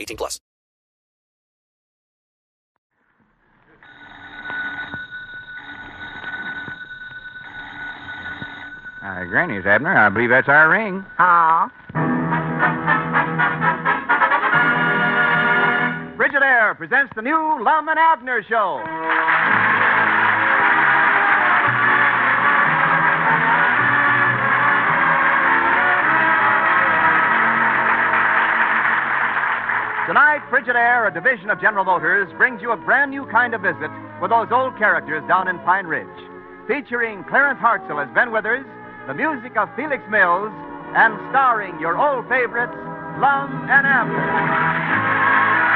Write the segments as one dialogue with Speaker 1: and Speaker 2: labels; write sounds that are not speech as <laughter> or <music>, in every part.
Speaker 1: 18 plus.
Speaker 2: Uh, Granny's, Abner. I believe that's our ring.
Speaker 3: Ah.
Speaker 2: Frigidaire presents the new Lum and Abner Show. Tonight, Frigidaire, a division of General Motors, brings you a brand new kind of visit with those old characters down in Pine Ridge. Featuring Clarence Hartzell as Ben Withers, the music of Felix Mills, and starring your old favorites, Lum and Abner.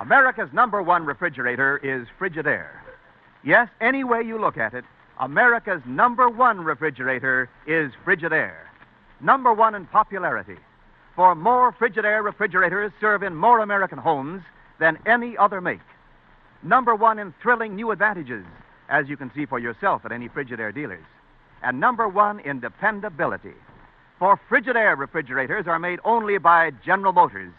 Speaker 2: America's number one refrigerator is Frigidaire. Yes, any way you look at it, America's number one refrigerator is Frigidaire. Number one in popularity. For more Frigidaire refrigerators serve in more American homes than any other make. Number one in thrilling new advantages, as you can see for yourself at any Frigidaire dealers. And number one in dependability. For Frigidaire refrigerators are made only by General Motors.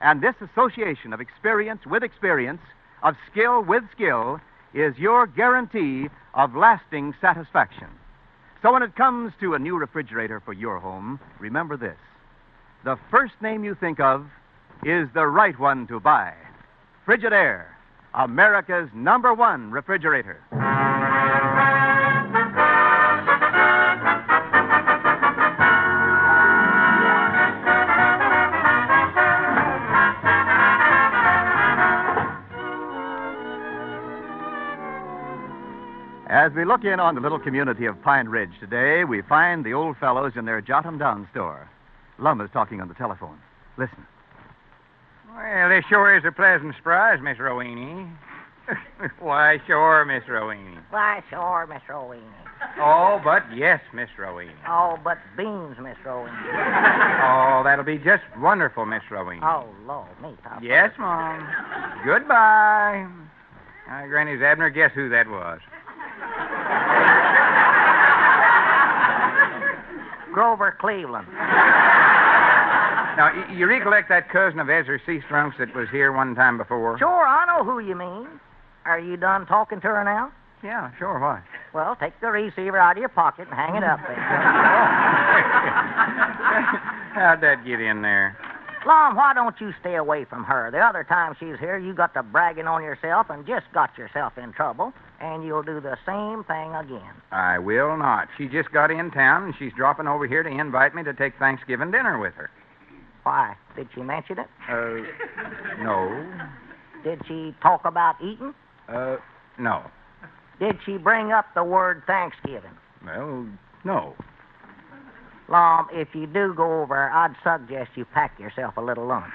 Speaker 2: And this association of experience with experience, of skill with skill, is your guarantee of lasting satisfaction. So when it comes to a new refrigerator for your home, remember this the first name you think of is the right one to buy Frigidaire, America's number one refrigerator. As we look in on the little community of Pine Ridge today, we find the old fellows in their jot 'em down store. Lum is talking on the telephone. Listen.
Speaker 4: Well, this sure is a pleasant surprise, Miss Rowena. <laughs> Why, sure, Miss Rowena.
Speaker 3: Why, sure, Miss Rowena.
Speaker 4: Oh, but yes, Miss Rowena.
Speaker 3: Oh, but beans, Miss Rowena.
Speaker 4: <laughs> Oh, that'll be just wonderful, Miss Rowena.
Speaker 3: Oh, Lord, me, Papa.
Speaker 4: Yes, Mom. Goodbye. Now, Granny's Abner, guess who that was?
Speaker 3: Grover Cleveland.
Speaker 4: Now, y- you recollect that cousin of Ezra C. Strunk's that was here one time before?
Speaker 3: Sure, I know who you mean. Are you done talking to her now?
Speaker 4: Yeah, sure, why?
Speaker 3: Well, take the receiver out of your pocket and hang it up there.
Speaker 4: <laughs> How'd that get in there?
Speaker 3: Lom, why don't you stay away from her? The other time she's here, you got to bragging on yourself and just got yourself in trouble, and you'll do the same thing again.
Speaker 4: I will not. She just got in town, and she's dropping over here to invite me to take Thanksgiving dinner with her.
Speaker 3: Why? Did she mention it?
Speaker 4: Uh, no.
Speaker 3: Did she talk about eating?
Speaker 4: Uh, no.
Speaker 3: Did she bring up the word Thanksgiving?
Speaker 4: Well, no.
Speaker 3: Lom, if you do go over, I'd suggest you pack yourself a little lunch.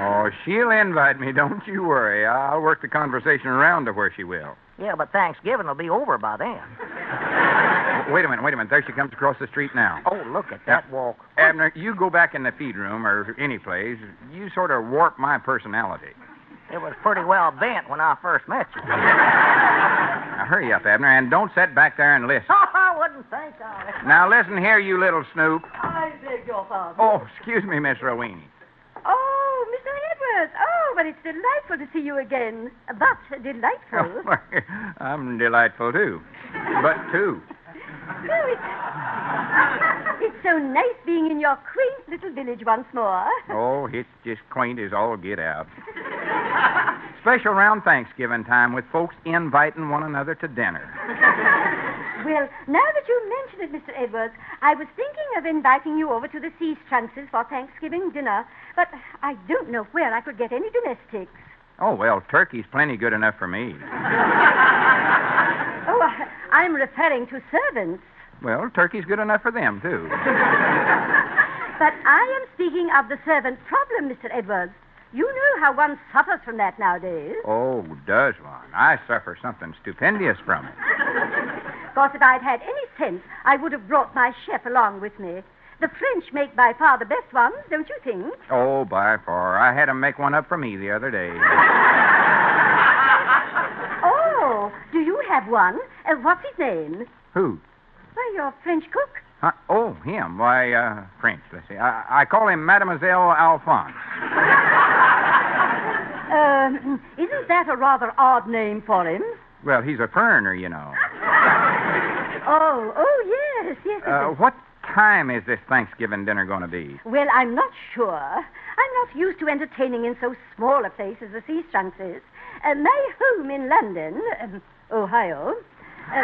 Speaker 4: Oh, she'll invite me. Don't you worry. I'll work the conversation around to where she will.
Speaker 3: Yeah, but Thanksgiving will be over by then.
Speaker 4: W- Wait a minute. Wait a minute. There she comes across the street now.
Speaker 3: Oh, look at that walk.
Speaker 4: Abner, you go back in the feed room or any place. You sort of warp my personality.
Speaker 3: It was pretty well bent when I first met you.
Speaker 4: Now hurry up, Abner, and don't sit back there and listen.
Speaker 3: Oh, <laughs> I wouldn't think of it.
Speaker 4: Now listen here, you little snoop.
Speaker 5: I beg your pardon.
Speaker 4: Oh, excuse me, Miss Rowena.
Speaker 5: Oh, Mr. Edwards. Oh, it's delightful to see you again.
Speaker 2: <laughs>
Speaker 5: But delightful.
Speaker 2: I'm delightful, too. But two.
Speaker 5: Oh, it's, <laughs> it's so nice being in your quaint little village once more.
Speaker 2: Oh, it's just quaint as all get out. Special round Thanksgiving time with folks inviting one another to dinner.
Speaker 5: <laughs> Well, now that you mention it, Mr. Edwards, I was thinking of inviting you over to the sea Strunces for Thanksgiving dinner, but I don't know where I could get any domestics.
Speaker 2: Oh, well, turkey's plenty good enough for me.
Speaker 5: Oh, I, I'm referring to servants.
Speaker 2: Well, turkey's good enough for them, too.
Speaker 5: But I am speaking of the servant problem, Mr. Edwards. You know how one suffers from that nowadays.
Speaker 2: Oh, does one? I suffer something stupendous from it.
Speaker 5: Of course, if I'd had any sense, I would have brought my chef along with me. The French make by far the best ones, don't you think?
Speaker 2: Oh, by far. I had 'em make one up for me the other day.
Speaker 5: Oh, do you have one? Uh, what's his name?
Speaker 2: Who?
Speaker 5: Why, your French cook.
Speaker 2: Huh? Oh, him. Why, uh, French, let's see. I, I call him Mademoiselle Alphonse.
Speaker 5: Um, isn't that a rather odd name for <laughs> him?
Speaker 2: Well, he's a foreigner, you know.
Speaker 5: Oh, oh, yes, yes. yes,
Speaker 2: Uh,
Speaker 5: yes.
Speaker 2: what time is this Thanksgiving dinner going to be?
Speaker 5: Well, I'm not sure. I'm not used to entertaining in so small a place as the Sea Strunces. Uh, my home in London, um, Ohio, uh,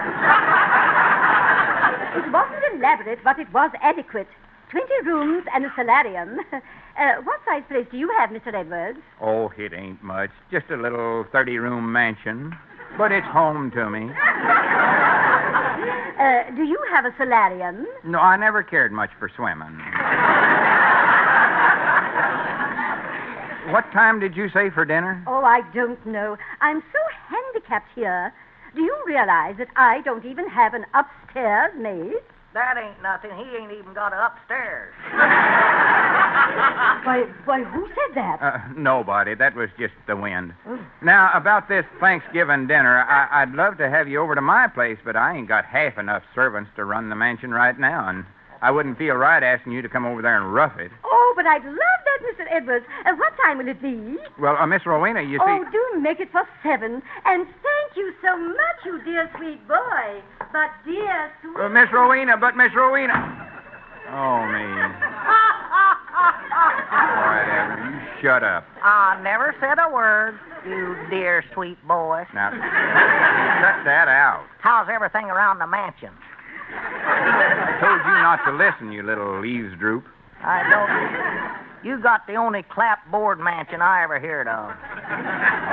Speaker 5: it wasn't elaborate, but it was adequate. Twenty rooms and a solarium. Uh, what size place do you have, Mr. Edwards?
Speaker 2: Oh, it ain't much. Just a little 30 room mansion. But it's home to me.
Speaker 5: Uh, do you have a solarium?
Speaker 2: No, I never cared much for swimming. what time did you say for dinner?
Speaker 5: Oh, I don't know. I'm so handicapped here. Do you realize that I don't even have an upstairs maid?
Speaker 3: That ain't nothing. He ain't even got it upstairs. <laughs>
Speaker 5: Why, why, who said that?
Speaker 2: Uh, nobody. That was just the wind. Now, about this Thanksgiving dinner, I- I'd love to have you over to my place, but I ain't got half enough servants to run the mansion right now, and I wouldn't feel right asking you to come over there and rough it.
Speaker 5: Oh, but I'd love that, Mr. Edwards. Uh, what time will it be?
Speaker 2: Well, uh, Miss Rowena, you see.
Speaker 5: Oh, do make it for seven. And thank you so much, you dear sweet boy. But dear sweet.
Speaker 2: Well, Uh, Miss Rowena, but Miss Rowena. Oh, me. All right, Abner, you shut up.
Speaker 3: I never said a word, you dear sweet boy.
Speaker 2: Now, shut that out.
Speaker 3: How's everything around the mansion?
Speaker 2: I told you not to listen, you little eavesdroop.
Speaker 3: I don't. <laughs> You got the only clapboard mansion I ever heard of.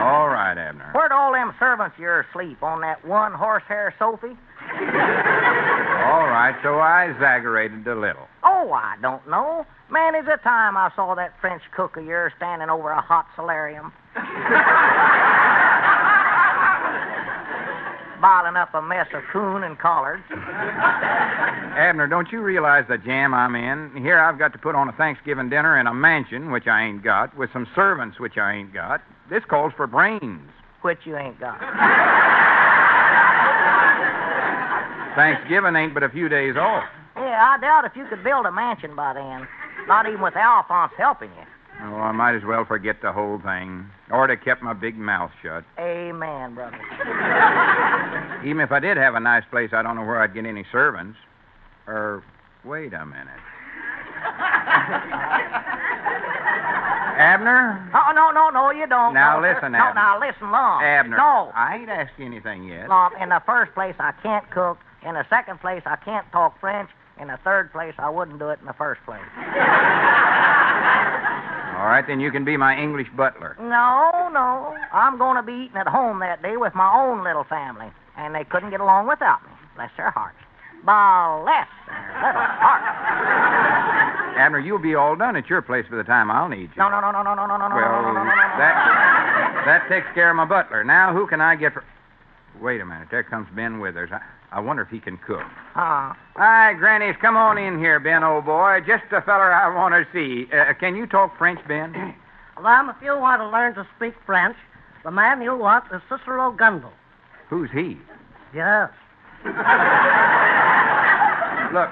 Speaker 2: All right, Abner.
Speaker 3: Where'd all them servants of yours sleep? On that one horsehair sofa?
Speaker 2: All right, so I exaggerated a little.
Speaker 3: Oh, I don't know. Man, it's a time I saw that French cook of yours standing over a hot
Speaker 2: <laughs>
Speaker 3: solarium. Bottling up a mess of coon and collards.
Speaker 2: Abner, don't you realize the jam I'm in? Here I've got to put on a Thanksgiving dinner in a mansion, which I ain't got, with some servants, which I ain't got. This calls for brains.
Speaker 3: Which you ain't got.
Speaker 2: Thanksgiving ain't but a few days off.
Speaker 3: Yeah, I doubt if you could build a mansion by then. Not even with Alphonse helping you.
Speaker 2: Oh, I might as well forget the whole thing. Or to kept my big mouth shut.
Speaker 3: Amen, brother.
Speaker 2: Even if I did have a nice place, I don't know where I'd get any servants. Or wait a minute. Abner?
Speaker 3: No, no, no, no, you don't.
Speaker 2: Now
Speaker 3: no,
Speaker 2: listen,
Speaker 3: no,
Speaker 2: Abner.
Speaker 3: now listen, long.
Speaker 2: Abner.
Speaker 3: No,
Speaker 2: I ain't asked you anything yet.
Speaker 3: Lom, In the first place, I can't cook. In the second place, I can't talk French. In the third place, I wouldn't do it in the first place.
Speaker 2: All right, then you can be my English butler.
Speaker 3: No, no. I'm going to be eating at home that day with my own little family. And they couldn't get along without me. Bless their hearts. Bless their little hearts.
Speaker 2: Abner, you'll be all done at your place by the time I'll need you.
Speaker 3: No, no, no, no, no, no, no, no, no, no, no,
Speaker 2: Well,
Speaker 3: no, no, no.
Speaker 2: that, that takes care of my butler. Now, who can I get for. Wait a minute. There comes Ben Withers. I, I wonder if he can cook.
Speaker 3: Uh,
Speaker 2: Hi, Grannies. Come on in here, Ben, old boy. Just the feller I want to see. Uh, can you talk French,
Speaker 3: <clears throat>
Speaker 2: Ben?
Speaker 6: Lum, if you want to learn to speak French, the man you want is Cicero Gundel.
Speaker 2: Who's he?
Speaker 6: Yes.
Speaker 2: Look,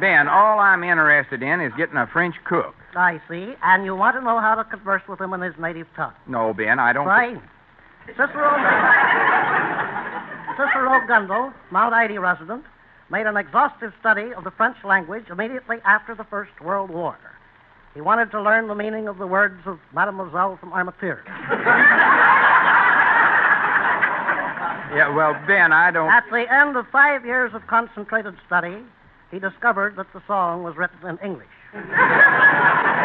Speaker 2: Ben, all I'm interested in is getting a French cook.
Speaker 6: I see. And you want to know how to converse with him in his native tongue.
Speaker 2: No, Ben, I don't.
Speaker 6: Fine. Cicero. Cicero Gundel, Mount Ida resident, made an exhaustive study of the French language immediately after the First World War. He wanted to learn the meaning of the words of Mademoiselle from Armateer.
Speaker 2: Yeah, well, Ben, I don't.
Speaker 6: At the end of five years of concentrated study, he discovered that the song was written in English.
Speaker 3: <laughs>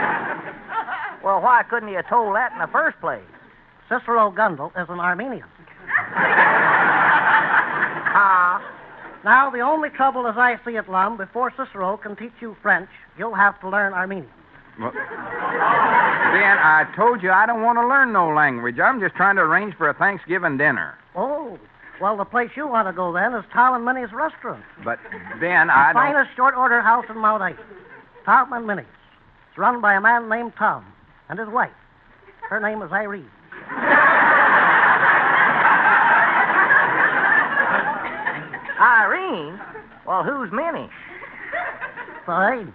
Speaker 3: Well, why couldn't he have told that in the first place?
Speaker 6: Cicero Gundel is an Armenian.
Speaker 3: <laughs> Ah,
Speaker 6: Now, the only trouble, as I see it, Lum, before Cicero can teach you French, you'll have to learn Armenian.
Speaker 2: Well, ben, I told you I don't want to learn no language. I'm just trying to arrange for a Thanksgiving dinner.
Speaker 6: Oh, well, the place you want to go then is Tom and Minnie's restaurant.
Speaker 2: But, Ben, I
Speaker 6: the
Speaker 2: don't.
Speaker 6: finest short order house in Mount Ida. Tom and Minnie's. It's run by a man named Tom and his wife. Her name is Irene.
Speaker 3: <laughs> Irene? Well, who's Minnie?
Speaker 6: Fine.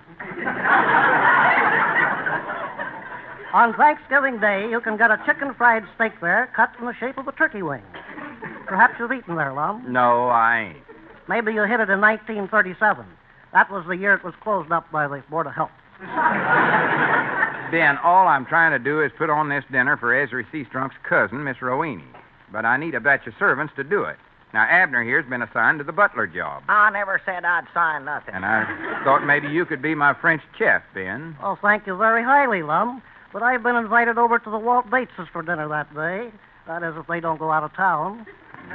Speaker 6: On Thanksgiving Day, you can get a chicken fried steak there cut in the shape of a turkey wing. Perhaps you've eaten there, Lum.
Speaker 2: No, I ain't.
Speaker 6: Maybe you hit it in 1937. That was the year it was closed up by the Board of Health.
Speaker 2: Ben, all I'm trying to do is put on this dinner for Ezra Seastrunk's cousin, Miss Rowena. But I need a batch of servants to do it. Now, Abner here's been assigned to the butler job.
Speaker 3: I never said I'd sign nothing.
Speaker 2: And I thought maybe you could be my French chef, Ben.
Speaker 6: Oh, thank you very highly, Lum. But I've been invited over to the Walt Bateses for dinner that day. That is, if they don't go out of town.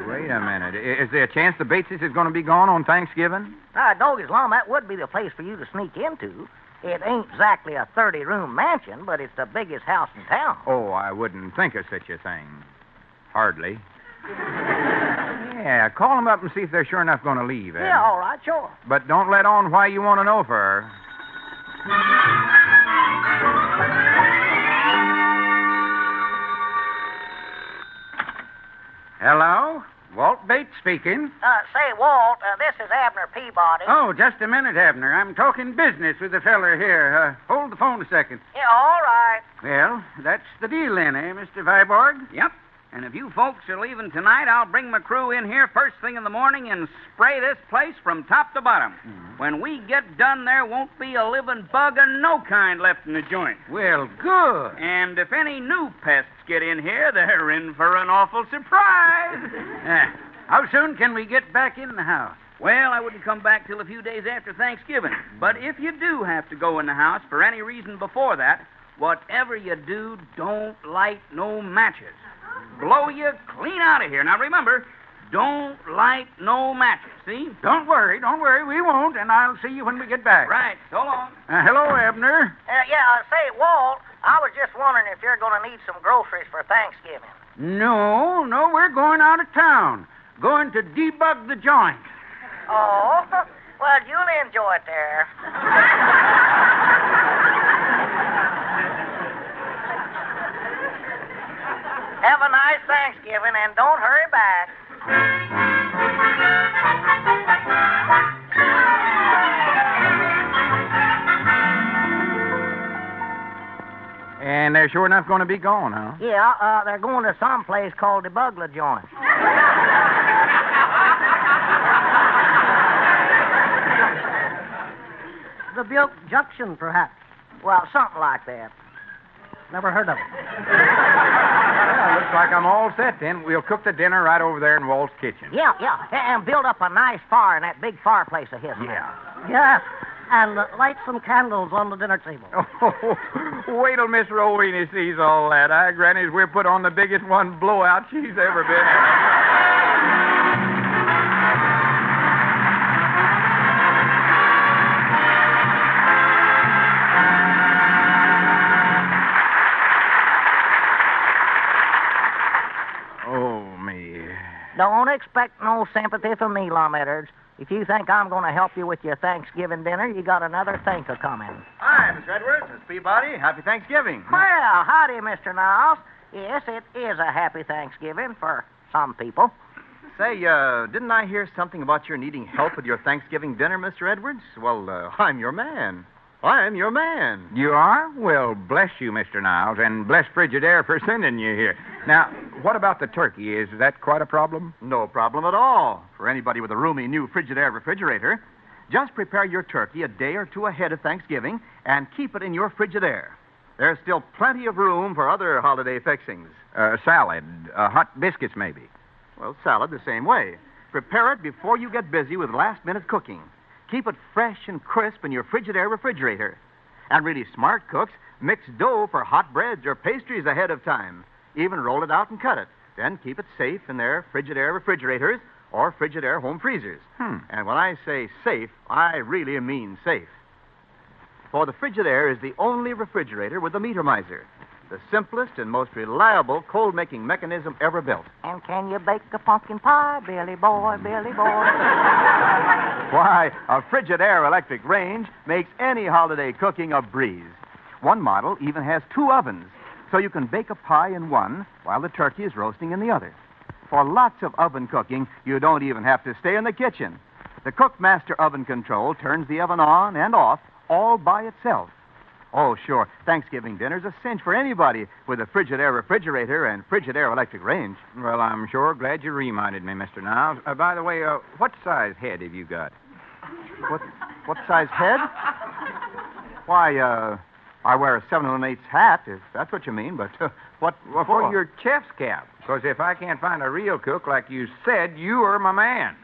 Speaker 2: Wait a minute. I- Is there a chance the Bateses is going to be gone on Thanksgiving?
Speaker 3: Now, Doggy's Lawn, Ah, that would be the place for you to sneak into. It ain't exactly a 30 room mansion, but it's the biggest house in town.
Speaker 2: Oh, I wouldn't think of such a thing. Hardly. yeah, call them up and see if they're sure enough going to leave. Abner.
Speaker 3: Yeah, all right, sure.
Speaker 2: But don't let on why you want to know for. Hello? Walt Bates speaking.
Speaker 3: Uh, say, Walt, uh, this is Abner Peabody.
Speaker 7: Oh, just a minute, Abner. I'm talking business with the feller here. Uh, hold the phone a second.
Speaker 3: Yeah, all right.
Speaker 7: Well, that's the deal then, eh, Mr. Viborg?
Speaker 8: Yep. And if you folks are leaving tonight, I'll bring my crew in here first thing in the morning and spray this place from top to bottom.
Speaker 7: Mm-hmm.
Speaker 8: When we get done, there won't be a living bug of no kind left in the joint.
Speaker 7: Well, good.
Speaker 8: And if any new pests get in here, they're in for an awful
Speaker 7: <laughs>
Speaker 8: surprise.
Speaker 7: Uh, how soon can we get back in the house?
Speaker 8: Well, I wouldn't come back till a few days after Thanksgiving. But if you do have to go in the house for any reason before that, whatever you do, don't light no matches. Blow you clean out of here. Now remember, don't light no matches. See?
Speaker 7: Don't worry, don't worry. We won't, and I'll see you when we get back.
Speaker 8: Right. So long.
Speaker 7: Uh, hello, Abner.
Speaker 3: Uh, yeah, uh, say, Walt, I was just wondering if you're going to need some groceries for Thanksgiving.
Speaker 7: No, no, we're going out of town. Going to debug the joint.
Speaker 3: Oh, <laughs> well, you'll enjoy it there. Have a nice Thanksgiving and don't hurry back.
Speaker 2: And they're sure enough going to be gone, huh?
Speaker 3: Yeah, uh, they're going to some place called the Bugler Joint.
Speaker 6: The Buick Junction, perhaps.
Speaker 3: Well, something like that.
Speaker 6: Never heard of it.
Speaker 2: Well, looks like I'm all set then. We'll cook the dinner right over there in Walt's kitchen.
Speaker 3: Yeah, yeah, a- and build up a nice fire in that big fireplace of his. Yeah.
Speaker 6: Yes. And uh, light some candles on the dinner table.
Speaker 2: Oh, wait till Miss Rowena sees all that. I, Granny's, we're put on the biggest one blowout she's ever been. Oh me.
Speaker 3: Don't expect no sympathy from me, Lum Edwards. If you think I'm going to help you with your Thanksgiving dinner, you got another thinker coming.
Speaker 7: Hi, Miss Edwards. Miss Peabody. Happy Thanksgiving.
Speaker 3: Well, howdy, Mr. Niles. Yes, it is a happy Thanksgiving for some people.
Speaker 9: Say, uh, didn't I hear something about your needing help with your Thanksgiving dinner, Mr. Edwards? Well, uh, I'm your man. I'm your man.
Speaker 2: You are? Well, bless you, Mr. Niles, and bless Frigidaire for sending you here. Now, what about the turkey? Is that quite a problem?
Speaker 9: No problem at all for anybody with a roomy new Frigidaire refrigerator. Just prepare your turkey a day or two ahead of Thanksgiving and keep it in your Frigidaire. There's still plenty of room for other holiday fixings.
Speaker 2: Uh, salad, uh, hot biscuits, maybe.
Speaker 9: Well, salad the same way. Prepare it before you get busy with last minute cooking. Keep it fresh and crisp in your Frigidaire refrigerator. And really smart cooks mix dough for hot breads or pastries ahead of time. Even roll it out and cut it. Then keep it safe in their Frigidaire refrigerators or Frigidaire home freezers.
Speaker 2: Hmm.
Speaker 9: And when I say safe, I really mean safe. For the Frigidaire is the only refrigerator with a meter miser, the simplest and most reliable cold making mechanism ever built.
Speaker 3: And can you bake a pumpkin pie, Billy boy, Billy boy?
Speaker 9: Why, a Frigidaire electric range makes any holiday cooking a breeze. One model even has two ovens, so you can bake a pie in one while the turkey is roasting in the other. For lots of oven cooking, you don't even have to stay in the kitchen. The Cookmaster Oven Control turns the oven on and off all by itself. Oh, sure, Thanksgiving dinner's a cinch for anybody with a Frigidaire refrigerator and Frigidaire electric range.
Speaker 2: Well, I'm sure glad you reminded me, Mr. Niles. Uh, by the way, uh, what size head have you got?
Speaker 9: What, what size head? Why, uh, I wear a 7 and 8 hat, if that's what you mean, but uh, what
Speaker 2: Well, for your chef's cap. Because if I can't find a real cook like you said, you are my man.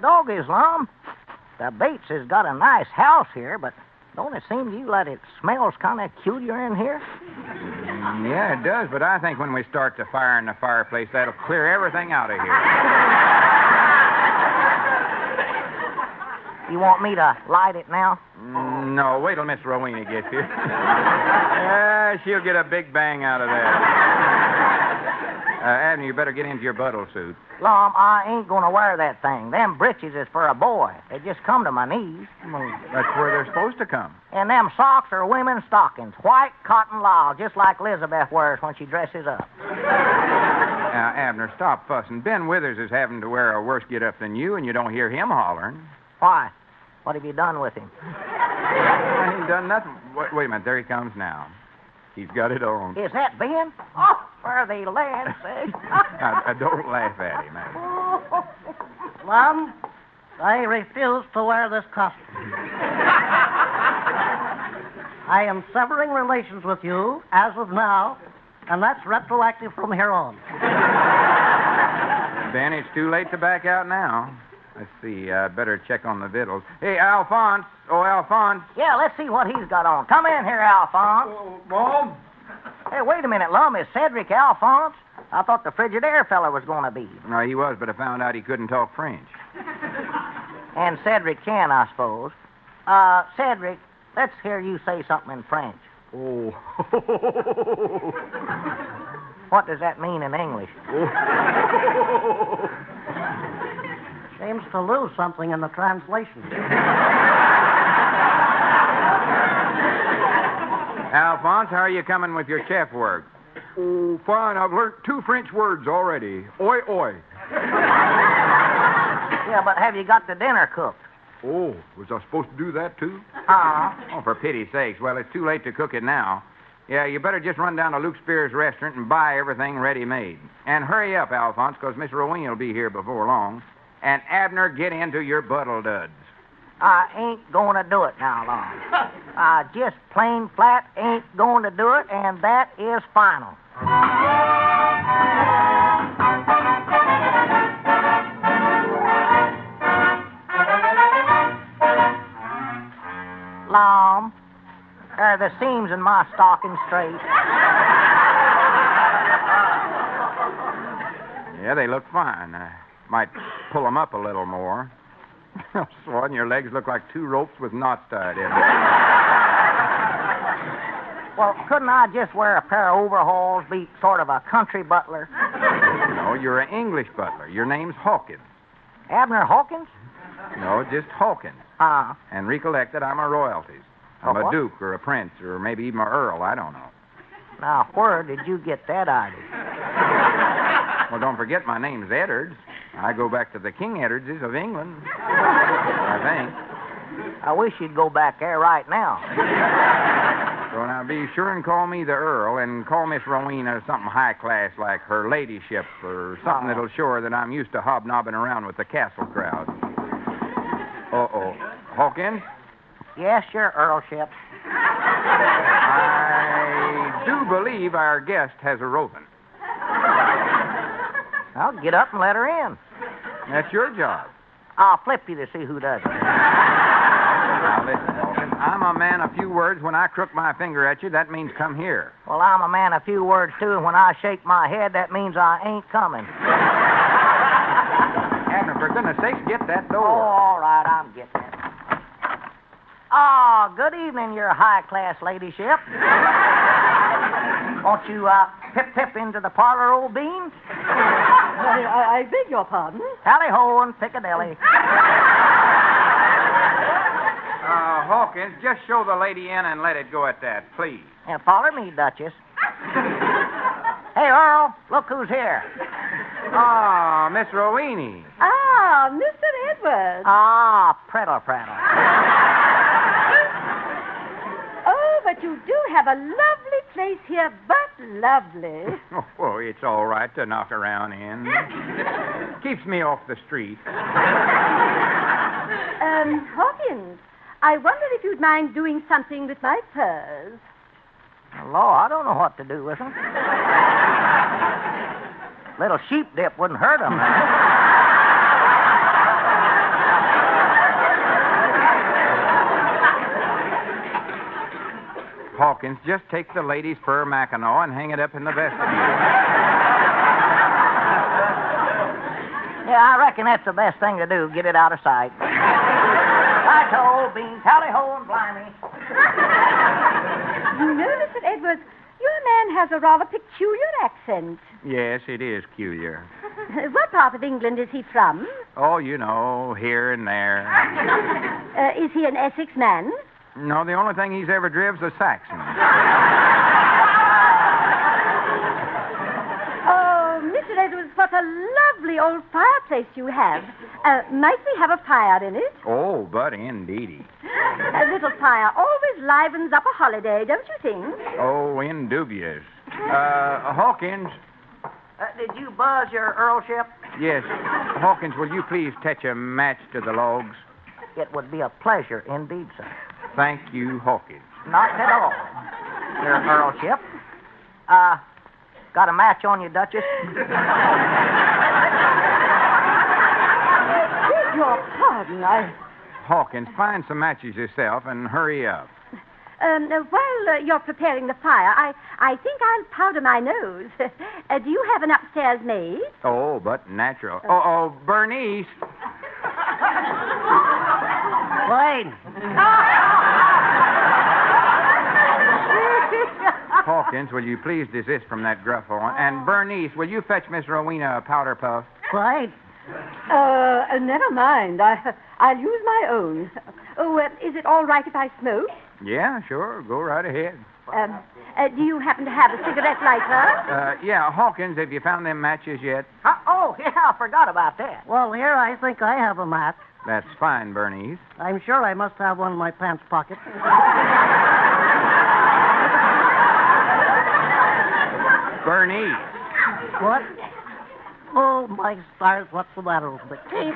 Speaker 3: Dog Islam, the Bates has got a nice house here, but don't it seem to you like it smells kind of peculiar in here?
Speaker 2: Yeah, it does, but I think when we start the fire in the fireplace, that'll clear everything out of here.
Speaker 3: You want me to light it now?
Speaker 2: Mm, No, wait till Miss Rowena gets here. yeah, she'll get a big bang out of that. Uh, Abner, you better get into your buttle suit.
Speaker 3: Lom, I ain't gonna wear that thing. Them breeches is for a boy. They just come to my knees.
Speaker 2: That's where they're supposed to come.
Speaker 3: And them socks are women's stockings, white cotton lisle, just like Elizabeth wears when she dresses up.
Speaker 2: Now, Abner, stop fussing. Ben Withers is having to wear a worse get up than you, and you don't hear him hollering.
Speaker 3: Why? What have you done with him?
Speaker 2: I ain't done nothing. Wait, wait a minute. There he comes now. He's got it on.
Speaker 3: Is that Ben? Oh, for the land's sake.
Speaker 2: <laughs> I, I don't laugh at him, Abner.
Speaker 6: <laughs> Mom, I refuse to wear this costume.
Speaker 2: <laughs>
Speaker 6: I am severing relations with you as of now, and that's retroactive from here on.
Speaker 2: Ben, it's too late to back out now. Let's see. I better check on the victuals. Hey, Alphonse. Oh, Alphonse.
Speaker 3: Yeah, let's see what he's got on. Come in here, Alphonse.
Speaker 2: Bob?
Speaker 3: Hey, wait a minute, Lum. Is Cedric Alphonse? I thought the Frigidaire fella was going to be.
Speaker 2: No, he was, but I found out he couldn't talk French.
Speaker 3: And Cedric can, I suppose. Uh, Cedric, let's hear you say something in French.
Speaker 9: Oh.
Speaker 3: What does that mean in English?
Speaker 2: <laughs>
Speaker 6: Seems to lose something in the translation.
Speaker 2: Alphonse, how are you coming with your chef work?
Speaker 10: Oh, fine. I've learned two French words already. Oi, oi.
Speaker 3: yeah, but have you got the dinner cooked?
Speaker 10: Oh, was I supposed to do that too? Ah.
Speaker 3: Uh,
Speaker 2: Oh, for pity's sakes. Well, it's too late to cook it now. Yeah, you better just run down to Luke Spears' restaurant and buy everything ready made. And hurry up, Alphonse, because Miss Rowena will be here before long. And Abner, get into your buttle duds.
Speaker 3: I ain't going to do it now, <laughs> Lum. I Ah, just plain flat ain't going to do it, and that is final. Lom, are the seams in my stocking straight?
Speaker 2: Yeah, they look fine. Uh, might pull 'em up a little more. <laughs> Swan, your legs look like two ropes with knots tied in. them.
Speaker 3: Well, couldn't I just wear a pair of overalls, be sort of a country butler?
Speaker 2: no, you're an English butler. Your name's Hawkins.
Speaker 3: Abner Hawkins?
Speaker 2: No, just Hawkins.
Speaker 3: Ah.
Speaker 2: And recollect that I'm a royalties. I'm
Speaker 3: A
Speaker 2: a
Speaker 3: what?
Speaker 2: duke or a prince or maybe even a earl. I don't know.
Speaker 3: Now, where did you get that idea?
Speaker 2: Well, don't forget my name's Eddards. I go back to the King Eddards of England, I
Speaker 3: I wish you'd go back there right now.
Speaker 2: think. So now be sure and call me the Earl and call Miss Rowena something high class like her ladyship or
Speaker 3: Oh.
Speaker 2: something that'll show her that I'm used to hobnobbing around with the castle crowd. Uh oh. Hawkins?
Speaker 3: yes, your earlship.
Speaker 2: I do believe our guest has a roving.
Speaker 3: Well, get up and let her in.
Speaker 2: That's your job.
Speaker 3: I'll flip you to see who does it.
Speaker 2: Now listen, Hawkins. I'm a man of few words. When I crook my finger at you, that means come here.
Speaker 3: Well, I'm a man of few words, too, and when I shake my head, that means I ain't coming.
Speaker 2: Abner, for goodness sakes, get that
Speaker 3: Oh,
Speaker 2: door.
Speaker 3: all right, I'm getting it. Oh, good evening, your high class ladyship. Won't you uh, pip pip into the parlor, old bean?
Speaker 5: I, I, I beg your pardon.
Speaker 3: Tally ho in Piccadilly.
Speaker 2: Uh, Hawkins, just show the lady in and let it go at that, please.
Speaker 3: And follow me, Duchess. hey, Earl, look who's here.
Speaker 2: Ah, Miss Rowini.
Speaker 5: Ah, Mr. Edwards.
Speaker 3: Ah, prattle prattle.
Speaker 5: Oh, but you do have a lovely place here, but
Speaker 2: <laughs>
Speaker 5: lovely.
Speaker 2: Oh, it's all right to knock around in. Keeps me off the street.
Speaker 5: Um, Hawkins, I wonder if you'd mind doing something with my furs.
Speaker 3: Law, I don't know what to do with him. Little sheep dip wouldn't hurt him.
Speaker 2: Hawkins, just take the lady's fur mackinaw and hang it up in the vestibule.
Speaker 3: yeah, I reckon that's the best thing to do. Get it out of sight. Right ho, bean, tally ho, and blimey.
Speaker 5: You know, Mr. Edwards, your man has a rather peculiar accent.
Speaker 2: yes, it is peculiar.
Speaker 5: <laughs> What part of England is he <laughs> from?
Speaker 2: Oh, you know, here and there.
Speaker 5: Uh, is he an Essex man?
Speaker 2: No, the only thing he's ever driv's a Saxon.
Speaker 5: Oh, Mr. Edwards, what a lovely old fireplace you have. Uh, might we have a fire in it?
Speaker 2: Oh, but indeedy.
Speaker 5: A little fire always livens up a holiday, don't you think?
Speaker 2: Oh, indubious. Uh, Hawkins,
Speaker 3: Uh, did you buzz your earlship?
Speaker 2: yes. Hawkins, will you please touch a match to the logs?
Speaker 3: It would be a pleasure indeed, sir.
Speaker 2: Thank you, Hawkins.
Speaker 3: Not at all, your earlship. Uh, got a match on you, Duchess?
Speaker 5: Beg your pardon, I.
Speaker 2: Hawkins, find some matches yourself and hurry up.
Speaker 5: Um, uh, while uh, you're preparing the fire, I, I think I'll powder my nose. <laughs> uh, do you have an upstairs maid?
Speaker 2: Oh, but natural. Oh, oh, Bernice.
Speaker 3: Blaine.
Speaker 2: <laughs> Hawkins, will you please desist from that gruff on? And Bernice, will you fetch Miss Rowena a powder puff?
Speaker 5: Right. Uh, uh, never mind. I, I'll use my own. Oh, uh, is it all right if I smoke?
Speaker 2: Yeah, sure. Go right ahead.
Speaker 5: Um, uh, do you happen to have a cigarette lighter?
Speaker 2: Uh, yeah, Hawkins, have you found them matches yet?
Speaker 3: Uh, oh, <laughs> yeah, I forgot about that.
Speaker 11: Well, here I think I have a match.
Speaker 2: That's fine, Bernice.
Speaker 11: I'm sure I must have one in my pants pocket.
Speaker 2: Bernice.
Speaker 11: What? Oh, my stars, what's the matter with
Speaker 5: <laughs>
Speaker 11: me?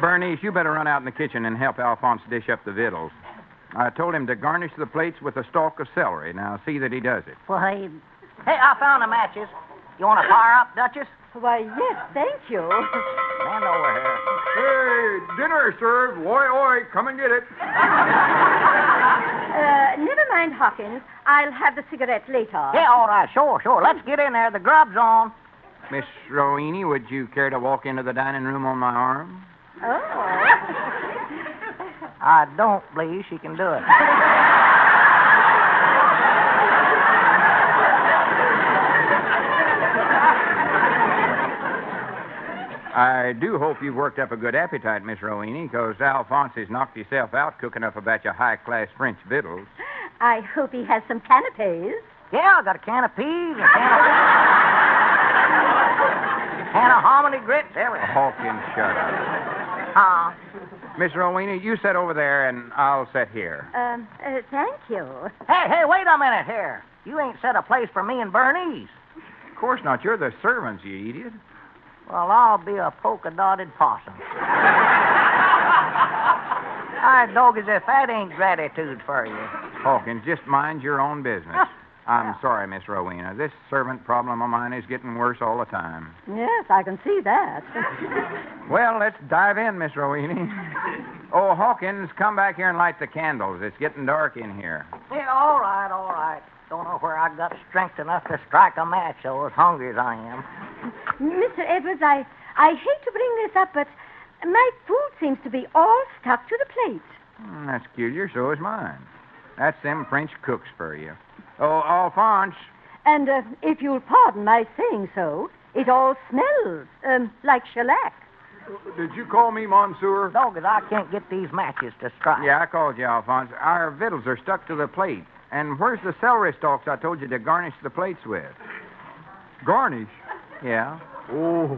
Speaker 2: Bernice, you better run out in the kitchen and help Alphonse dish up the victuals. I told him to garnish the plates with a stalk of celery. Now, see that he does it.
Speaker 11: Why,
Speaker 3: Hey, I found the matches. You want to fire up, Duchess?
Speaker 5: Why, yes, thank you.
Speaker 3: Stand over here.
Speaker 12: Hey, dinner served. Oi, oi, come and get it.
Speaker 5: Uh, never mind, Hawkins. I'll have the cigarette later.
Speaker 3: Yeah, all right, sure, sure. Let's get in there. The grub's on.
Speaker 2: Miss Rowini, would you care to walk into the dining room on my arm?
Speaker 5: Oh.
Speaker 3: I don't believe she can do it.
Speaker 2: I do hope you've worked up a good appetite, Miss Rowena, because Alphonse's knocked himself out cooking up a batch of high class French victuals.
Speaker 5: I hope he has some canapes.
Speaker 3: Yeah, I got a can of <laughs> peas, a can of, can of hominy grits, everything.
Speaker 2: Hawkins, shut up.
Speaker 3: Ah,
Speaker 2: Miss Rowena, you sit over there and I'll sit here.
Speaker 5: Um, uh, thank you.
Speaker 3: Hey, hey, wait a minute here. You ain't set a place for me and Bernice.
Speaker 2: Of course not. You're the servants, you idiot.
Speaker 3: Well, I'll be a polka dotted
Speaker 5: <laughs>
Speaker 3: possum. I dog as if that ain't gratitude for you.
Speaker 2: Hawkins, just mind your own business. I'm sorry, Miss Rowena. This servant problem of mine is getting worse all the time.
Speaker 5: Yes, I can see that.
Speaker 2: Well, let's dive in, Miss Rowena. Oh, Hawkins, come back here and light the candles. It's getting dark in here.
Speaker 3: Yeah, all right, all right. Don't know where I got strength enough to strike a match, though, as hungry as I am.
Speaker 13: Mr. Edwards, I, I hate to bring this up, but my food seems to be all stuck to the plate.
Speaker 2: Mm, that's peculiar. So is mine. That's them French cooks for you. Oh, Alphonse,
Speaker 5: And uh, if you'll pardon my saying so, it all smells um, like shellac.
Speaker 3: Did you call me Monsieur? No, because I can't get these matches to strike.
Speaker 2: Yeah, I called you, Alphonse. Our victuals are stuck to the plate. And where's the celery stalks I told you to garnish the plates with? Garnish? Yeah. Oh.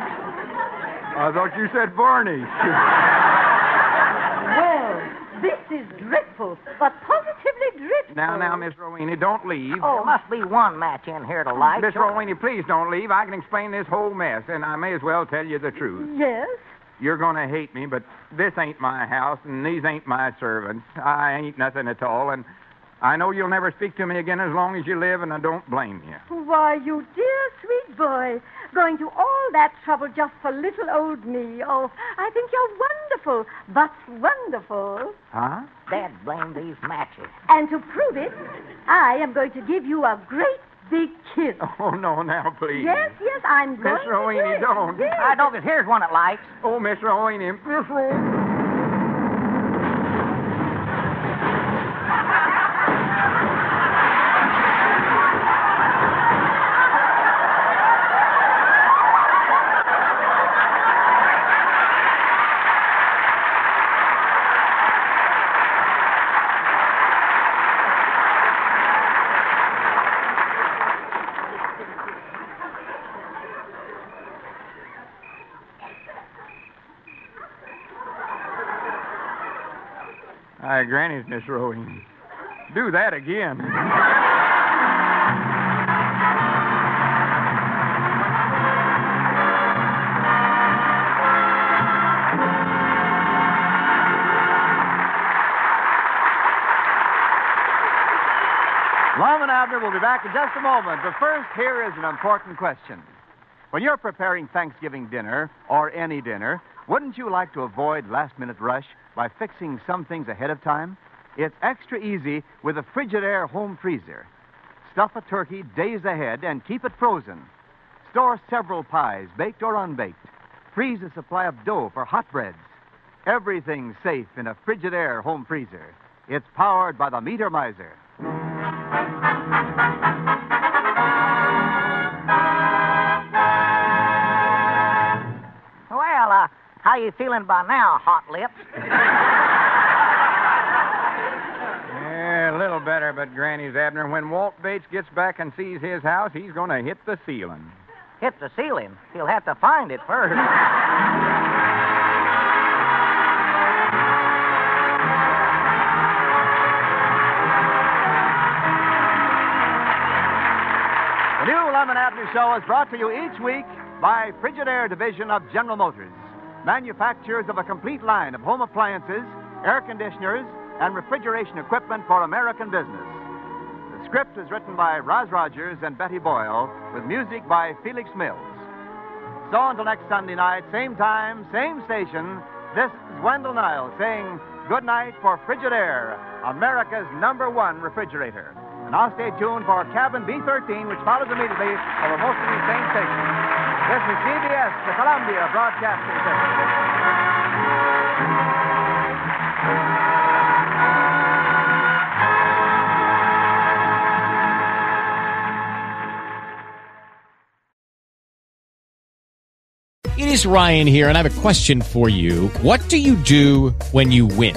Speaker 14: I thought you said Barney.
Speaker 5: Well, this is dreadful, but positively dreadful.
Speaker 2: Now, now, Miss Rowena, don't leave.
Speaker 3: Oh, must be one match in here to light.
Speaker 2: Miss Rowena, please don't leave. I can explain this whole mess, and I may as well tell you the truth.
Speaker 5: Yes?
Speaker 2: You're going to hate me, but this ain't my house, and these ain't my servants. I ain't nothing at all, and I know you'll never speak to me again as long as you live, and I don't blame you.
Speaker 5: Why, you dear sweet boy, going to all that trouble just for little old me. Oh, I think you're wonderful, but wonderful.
Speaker 2: Huh? <laughs>
Speaker 3: Dad blame these matches.
Speaker 5: And to prove it, I am going to give you a great big kiss.
Speaker 2: Oh, no, now, please.
Speaker 5: Yes, yes, I'm going
Speaker 2: Miss
Speaker 5: to do
Speaker 2: Rowena,
Speaker 5: it.
Speaker 2: don't.
Speaker 5: Yes.
Speaker 3: know, because here's one that lights.
Speaker 2: Oh, Miss Rowena, Miss Rowena. I granny's Miss Rowena. Do that again.
Speaker 15: Lum and Abner will be back in just a moment. But first, here is an important question. When you're preparing Thanksgiving dinner, or any dinner, wouldn't you like to avoid last minute rush by fixing some things ahead of time? It's extra easy with a Frigidaire home freezer. Stuff a turkey days ahead and keep it frozen. Store several pies, baked or unbaked. Freeze a supply of dough for hot breads. Everything's safe in a Frigidaire home freezer. It's powered by the Meter Miser.
Speaker 3: Well, uh, how you feeling by now, hot lips?
Speaker 2: Yeah, a little better, but Granny's Abner, when Walt Bates gets back and sees his house, he's going to hit the ceiling.
Speaker 3: Hit the ceiling. He'll have to find it first.
Speaker 15: The new Lemon Avenue Show is brought to you each week by Frigidaire Division of General Motors, manufacturers of a complete line of home appliances, air conditioners, and refrigeration equipment for American business. The script is written by Roz Rogers and Betty Boyle, with music by Felix Mills. So until next Sunday night, same time, same station, this is Wendell Niles saying good night for Frigidaire, America's number one refrigerator. And now stay tuned for Cabin B13, which follows immediately over most of these same stations. This is CBS, the Columbia Broadcasting System.
Speaker 16: It is Ryan here, and I have a question for you. What do you do when you win?